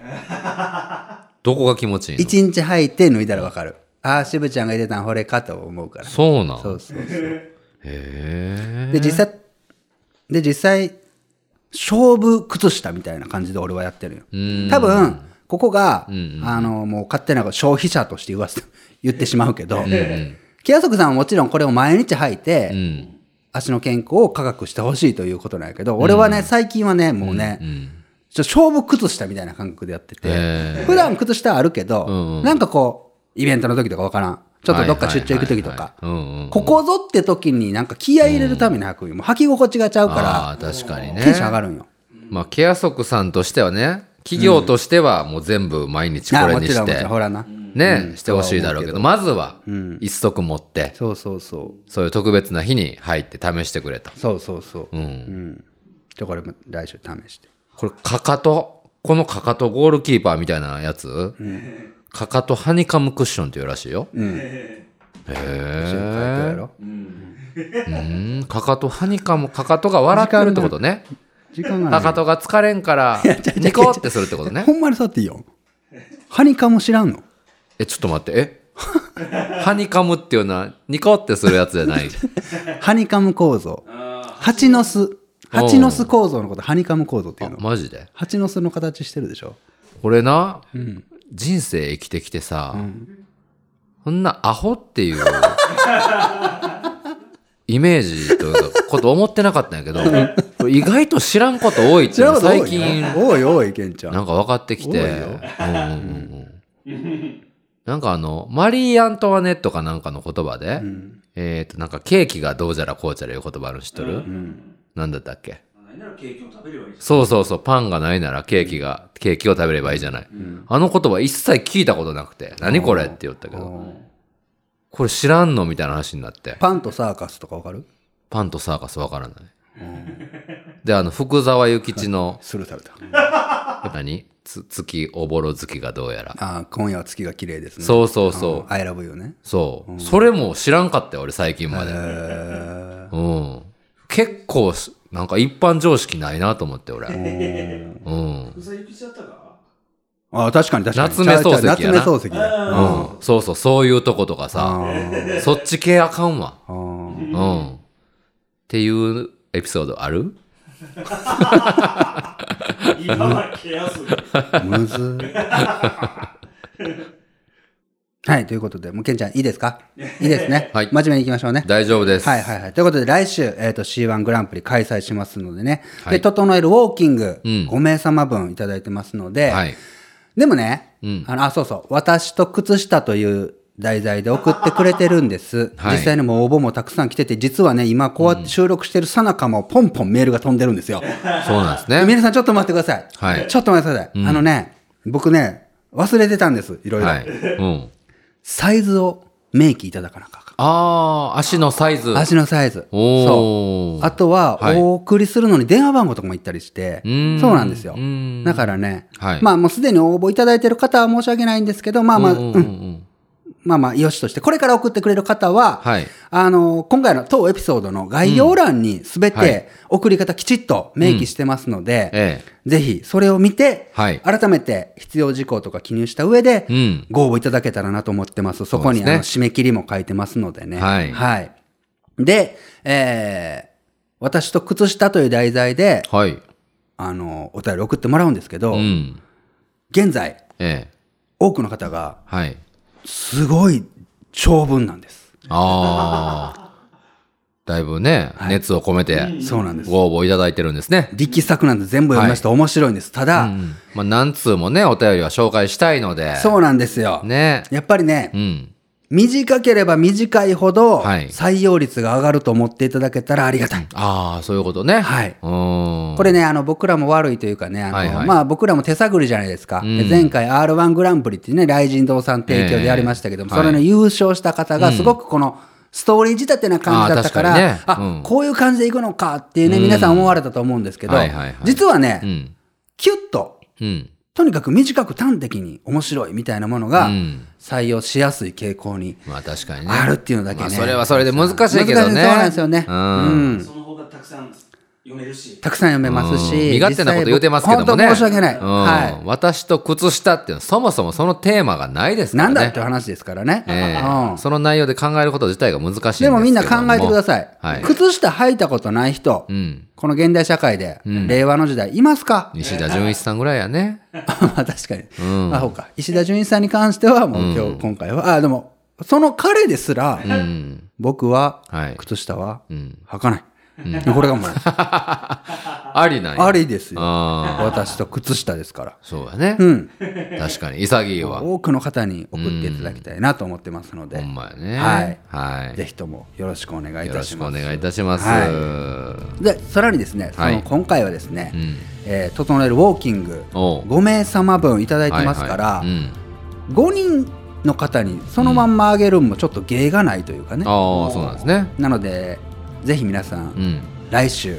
どこが気持ちいいの一日履いて脱いだらわかる。ああ、渋ちゃんが言ってたん、これかと思うから。そそうなん。うそう。へえ。で、実際、で、実際、勝負靴下みたいな感じで俺はやってるよ。多分、ここが、あの、もう勝手なこと消費者として言わせて、言ってしまうけど、ケアソクさんはもちろんこれを毎日履いて、うん。足の健康を科学してほしいということなんやけど、俺はね、最近はね、もうね、ちょ勝負靴下みたいな感覚でやってて、へ普段靴下はあるけど、んうんなんかこう、イベントの時とかわからん。ちょっとどっか出張行く時とか、はいはいはいはいうんうん。ここぞって時になんか気合い入れるために履くよ。もう履き心地がちゃうあか、あ、確からにテンション上ね。がるんよ。まあ、ケアソクさんとしてはね、企業としてはもう全部毎日こあれもにちろん、もしちてろん、、ほらな。ね、してほしいだろうけど、まずはん、一足持って、そうそうそそういう特別な日に入って試してくれとう。。そうそうそう。う。うんん。じゃあこれも来週試して。これ、かかと。このかかとゴールキーパーみたいなやつ、かかとハニカムクッションっていうらしいよ。へ一緒に書いてやえ。ろううん。かかとハニカム、かかとが笑ってるってことね。時間がないか。かとが疲れん から、ニコってするってことねほ。んまにそうやっていいよ。ハニカも知らんのえ、 ちょっと待って、えハニカムっていうのは、ニコってするやつじゃ ない。ハニカム構造。蜂の巣。蜂の巣構造のこと、ハニカム構造っていうの。マジで。蜂の巣の形してるでしょ。俺な、人生生きてきてさ、こんなアホっていう、 イメージというか、こと思ってなかったんやけど、これ意外と知らんこと多いっていうの最近、多い多い、ケンちゃ。なんんか分かってきて、多いようんうんうんうんなんかあの、マリー・アントワネットかなんかの言葉で、えっ、と、なんかケーキがどうじゃらこうじゃらいう言葉あるの知っとる、なんだったっけ何ならケーキを食べればいいですそうそうそう、パンがないならケーキが、ケーキを食べればいいじゃない。あの言葉一切聞いたことなくて、何これって言ったけど、これ知らんのみたいな話になって、パンとサーカスとかわかるパンとサーカスわからない。で、あの、福沢諭吉の、スルーされ た。何つ月、おぼろ月がどうやら。ああ、今夜は月が綺麗ですね。そうそうそう。 I love you ね。そう、それも知らんかったよ、俺最近まで。うん。結構す、なんか一般常識ないなと思って、俺。うん。福沢諭吉だったかああ、確かに確かに。夏目漱石や夏な目漱石 だ。うん。そうそう、そういうとことかさ、そっち系あかんわ。あーうん。っていうエピソードある今はケアする むずー。はい、ということで、もうケンちゃんいいです かいいですね。はい真面目にいきましょうね。大丈夫です。はいはいはい。ということで、来週、えっ、と、C1 グランプリ開催しますのでね。はで、い整えるウォーキング、うん5名様分いただいてますので、はいでもね、うんあの、あ、そうそう、私と靴下という題材で送ってくれてるんです。はい実際にもう応募もたくさん来てて、実はね、今こうやって収録してるさなかもポンポンメールが飛んでるんですよ。そうなんですね。皆さんちょっと待ってください。はいちょっと待ってください。あのね、僕ね、忘れてたんです、いろいろ。はい。うん。サイズを明記いただかなあかんかああ、足のサイズ。足のサイズ。そう。おお。あとは、はいお送りするのに電話番号とかも言ったりして、ーんそうなんですようー。んだからね、はいまあもうすでに応募いただいてる方は申し訳ないんですけど、まあまあ、うんうんううんんうん。まあまあ、よしとして、これから送ってくれる方は、はいあの、今回の当エピソードの概要欄にすべうんはてい送り方きちっと明記してますので、ええ。ぜひそれを見て、はい改めて必要事項とか記入した上で、うんご応募いただけたらなと思ってます。そこに、そうですねあの締め切りも書いてますのでね。はいで、えー私と靴下という題材で、はい。あの、お便り送ってもらうんですけど、うん。現在、ええ。多くの方が、はい。すごい長文なんです。ああ。だいぶね、熱を込めて、そうなんです。ご応募いただいてるんですね。力作なんて全部読みました。面白いんです。ただ、うん。まあ、何通もね、お便りは紹介したいので。そうなんですよ。ね。やっぱりねう、ん。短ければ短いほど、はい採用率が上がると思っていただけたらありがたい。ああ、そういうことね。はい。うーん。これね、あの、僕らも悪いというかね、あの、はいはいまあ、僕らも手探りじゃないですか。んで前回 R1 グランプリっていうね、雷神堂さん提供でやりましたけども、ええそれのは優勝した方が、すごくこの、ストーリー仕立てな感じだったから、ああー確かにねうんこういう感じでいくのかっていうね、皆さん思われたと思うんですけど、はいはいはい実はね、うん。キュッと、うん。とにかく短く端的に面白いみたいなものがうん、採用しやすい傾向にまあ確かにね。あるっていうのだけね。まあそれはそれで難しいけどね難しそうなんですよね。うんうんその方がたくさん読めるしたくさん読めますし。身勝手なこと言うてますけども本ね。当申し訳ない。うんは私と靴下っていうのはそもそもそのテーマがないですい。かならね。んだっていう話ですからね。ええうんその内容で考えること自体が難しいんですけでどもみんな考えてください。はい。靴下履いたことない人、うん。この現代社会で、令和の時代、います か西田純一さんぐらいやね。まあ確かに。あ、そうか。石田純一さんに関しては、もう今日、今回は。あ、でも、その彼ですら、うん。僕は、はい。靴下はうん。履かない。これがもう、ありなんや。ありですよ。ああ。私と靴下ですから。そうやね。うん。確かに。潔いわ。多くの方に送っていただきたいなと思ってますので。ほんまやね。はいはい。ぜひともよろしくお願いいよたろししくまおす。願いいたします。はでさらにですね、そはのい今回はですね、うん。えー整えるウォーキングおう5名様分いただいてますから、はいはいうん5人の方にそのまんまあげるんもちょっと芸がないというかね、ああ、そうなんですね。なのでぜひ皆さん、うん。来週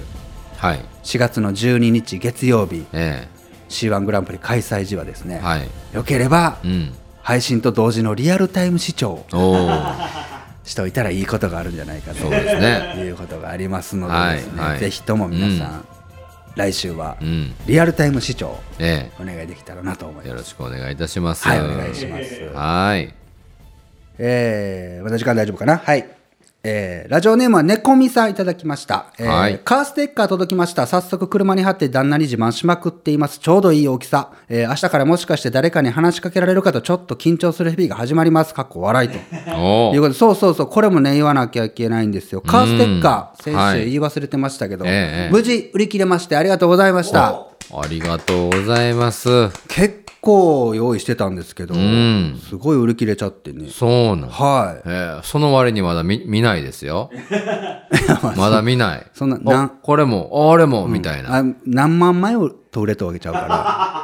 はい。 4月の12日月曜日え C1 グランプリ開催時はですね、え。はい。よければうん。配信と同時のリアルタイム視聴をおお。 しておいたらいいことがあるんじゃないかとそうですね。いうことがありますのでですね、はいはいぜひとも皆さん、来週はうん。リアルタイム視聴えお願いできたらなと思え。いよまろす。しくお願いいたします。はい、お願いします。はい。えー、まだ時間大丈夫かなはい。えー、ラジオネームは猫みさんいただきました、えーはいカーステッカー届きました早速車に貼って旦那に自慢しまくっていますちょうどいい大きさ、えー、明日からもしかして誰かに話しかけられるかとちょっと緊張する日々が始まりますかっこ笑いとおおいう。ことでそうそうそうこれもね言わなきゃいけないんですよカーステッカーうん先は週い言い忘れてましたけど、ええええ無事売り切れましてありがとうございましたありがとうございます。結構用意してたんですけど、んすごい売り切れちゃってねそうなん。はいえーその割にまだ見見ないで すよ。まだ見ない。そんなおなんこれも、あれも、みたいな。あ何万枚をと売れたわけちゃう か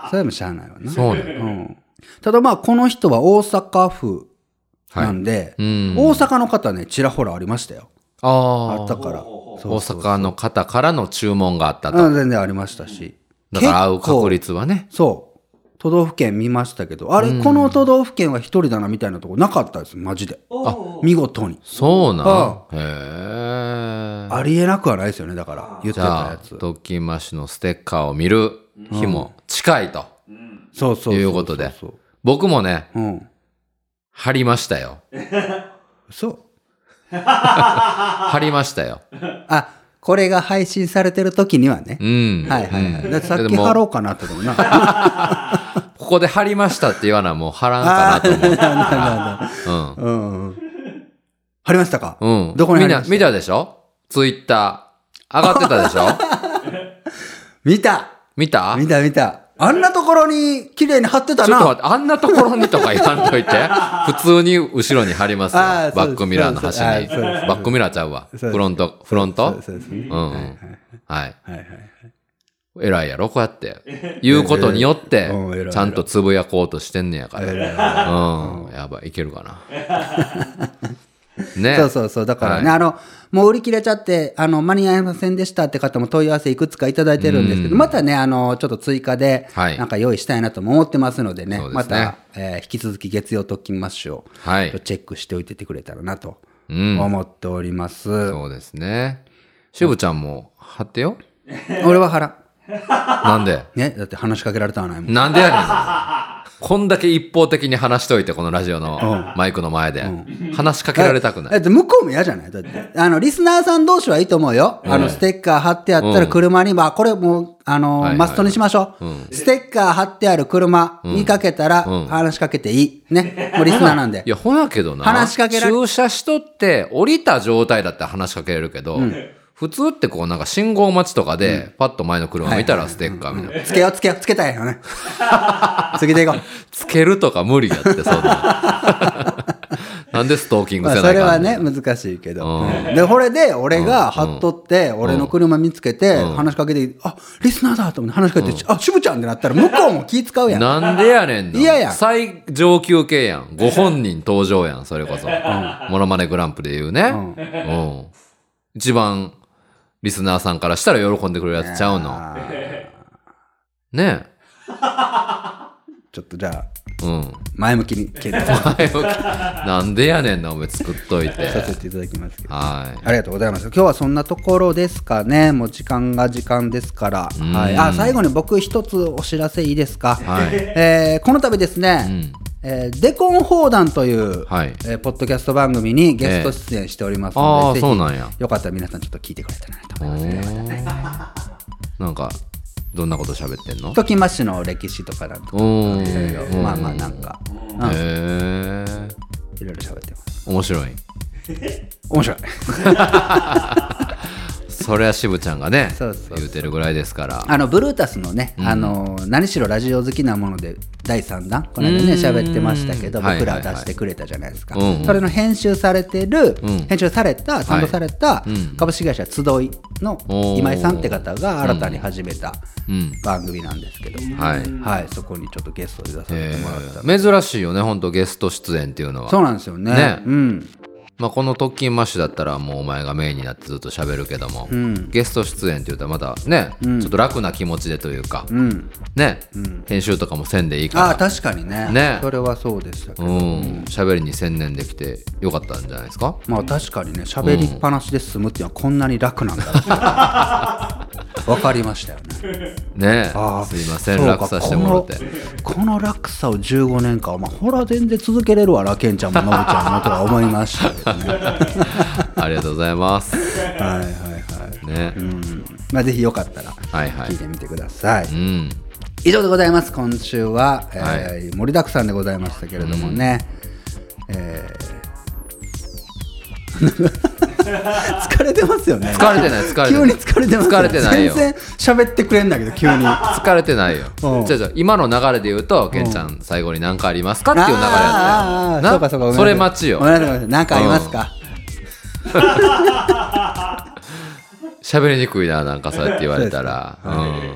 らそれもしゃあないわなそううね。ん、ただまあこの人は大阪府なんで、うん。大阪の方ねちらほらありましたよああっあた。からほそう大阪の方からの注文があったと。うん全然ありましたしだから会う結構確率はね。そう都道府県見ましたけどあれ、この都道府県は一人だなみたいなとこなかったですマジでおー見事にそうあなん。へえ。ありえなくはないですよねだから言ってたじゃやあ、つドッキンマッシュのステッカーを見る日も近いと。そうそうそういうことでそう僕もね、そううん貼りましたよ。そう貼りましたよ。あこれが配信されてる時にはねうん。はいはいはい。だってさっきでも 貼ろうかなってでもな。こで貼りましたって言わな、もう貼らんかな と思う。なるうん。ほど。うんうん。貼りましたかうん。どこに貼みんりまなし、た見たでしょツイッター。上がってたでしょ見た見た見た見た。あんなところに綺麗に貼ってたちょっとな。待って、あんなところにとか言わんといて。 普通に後ろに貼りますよ。あバーそうですックミラーの端に。そうですそうですバックミラーちゃうわ。そうですフロント、フロントそうですそううですんうん。はい。はいはい。偉いやろこうやって。言うことによって うん偉い偉、いちゃんとつぶやこうとしてんねやか偉い偉いら。うん。やばい、いけるかな。 ね。そうそうそう。だからね、はあの、もう売り切れちゃって、あの、間に合いませんでしたって方も問い合わせいくつかいただいてるんですけうど、んまたね、あの、ちょっと追加で、はいなんか用意したいなとも思ってますのでね、そうでますねた、えー引き続き月曜特勤マッシュを、はちょっとい。チェックしておいててくれたらなとうん。思っております。そうですね。しぶちゃんも貼ってよ。俺は腹。なんでね、だって話しかけられたらないもん。なん でやねん。こんだけ一方的に話しといて、このラジオのマイクの前で。話しかけられたくなだい。って向こうも嫌じゃないだって。あの、リスナーさん同士はいいと思うよ。あの、ステッカー貼ってあったら車に、まあ、これもう、あの、はいはいマストにしましょう、うんステッカー貼ってある車にかけたら、うん話しかけていい。ね。もうリスナーなんでい。や、ほなけどな。話しかけられ駐車しとって、降りた状態だって話しかけれるけど、普通ってこう、なんか信号待ちとかで、パッと前の車見たらステッカーみたいな。つけよう、つけよう、つけたいよ ね。次でいこう。つけるとか無理やって、そんな。 なんでストーキングまあ、せそないれかはんね、ねん難しいけど。うんで、これで、俺が貼っとって、俺の車見つけて、ん話しかけて、あ、リスナーだと思って話しかけて、あ、しぶちゃんってなったら、向こうも気使うやん。なんでやねんのいややん最上級系やん。ご本人登場やん、それこそ。モノマネグランプリで言うね。うん。一番、リスナーさんからしたら喜んでくれるやつちゃうの。あーねちょっとじゃあ、え。うん。前向きに検討前置きなんでやねんな、お前作っといて。させていただきますけど。はありがとうございます。今日はそんなところですかね。もう時間が時間ですから。んはい、あ最後に僕一つお知らせいいですか。い。はい。えーこの度ですうね、ん。えーデコン砲弾という、はいえーポッドキャスト番組にゲスト出演しておりますあのあ、で、そうぜなんや。ひよかったら皆さんちょっと聞いてくれたらなとお思います。ーなんか、どんなこと喋ってんのトキマッシュの歴史とかなんとか、おいろいーろまあまあなんか、うんいへえ。ろいろ喋ってます。面白い。面白い。それは渋ちゃんがねそうそうそう言うてるぐらいですからあのブルータスのね、あの何しろラジオ好きなもので第3弾この間うねーん喋ってましたけどはい僕らはいはい出してくれたじゃないですか、うんうんそれの編集されてる、ん編集された担当されたうん株式会社集いのおー今井さんって方が新たに始めたうん番組なんですけど、はい、はい、そこにちょっとゲストで出させえてもらった、ー珍しいよね本当ゲスト出演っていうのはそうなんですよねねうんまあ、この「特勤マッシュ」だったらもうお前がメインになってずっと喋るけども、んゲスト出演って言うとまたね、ちょっと楽な気持ちでというか、うんね、編集とかもせんでいいああか確かにねねそれはそうでしたけらど、うん喋りに専念できてよかったんじゃないですかまあ確かにね喋りっぱなしで済むっていうのはこんなに楽なんだ っていうのがわかりましたよねねああすいませそうんか 楽さしてもらってこのこの落差を15年間お前ほら全然続けれるわラケンちゃんもノブちゃんもとは思いましたけどね ありがとうございますはいはいはい、ね、うん、まあぜひよかったらはいはい聞いてみてください、うん以上でございます今週は、えーは盛りだくさんでございましたけれどもね、えー疲れてますよね疲れてない疲れてない急に疲れてます疲れてないよ全然喋ってくれんだけど急にあ疲れてないようんじゃあじゃあ今の流れで言うとケンちゃん最後に何かありますかっていう流れあやーあーあーったそうかそうよかごめんなさいなそれ待ちよごめんなさいごめんなさいなんかありますか、喋りにくいななんかそうやって言われた らう、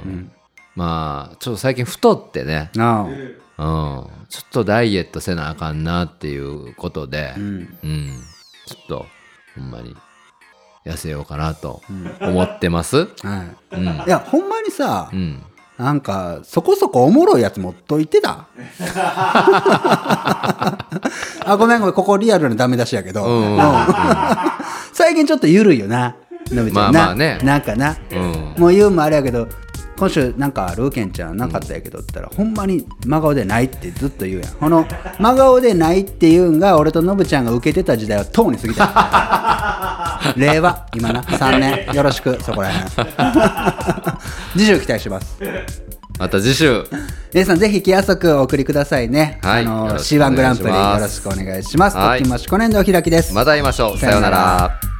ん、まあちょっと最近太ってね、なあうん、ちょっとダイエットせなあかんなっていうことで、うんんちょっとほんまに痩せようかなと思ってます、はいうんいやほんまにさ、うん、なんかそこそこおもろいやつ持っといて たあごめんごめんここリアルなダメ出しやけど、うんうんうん 最近ちょっと緩いよなのびちゃんなまあまあねなんかな、うんもう言うもあれやけど今週なんかあるけんちゃんなかったやけどって言ったら、ほんまに真顔でないってずっと言うやんこの真顔でないっていうんが俺とのぶちゃんが受けてた時代はとうに過ぎた 令和今な3年よろしくそこらへん次週期待しますまた次週皆さんぜひケア足お送りくださいね。はいあのよろしくお C1 願いしますグランプリよろしくお願いします。はいときましこねんでお開きです。また会いましょうさようなさようなら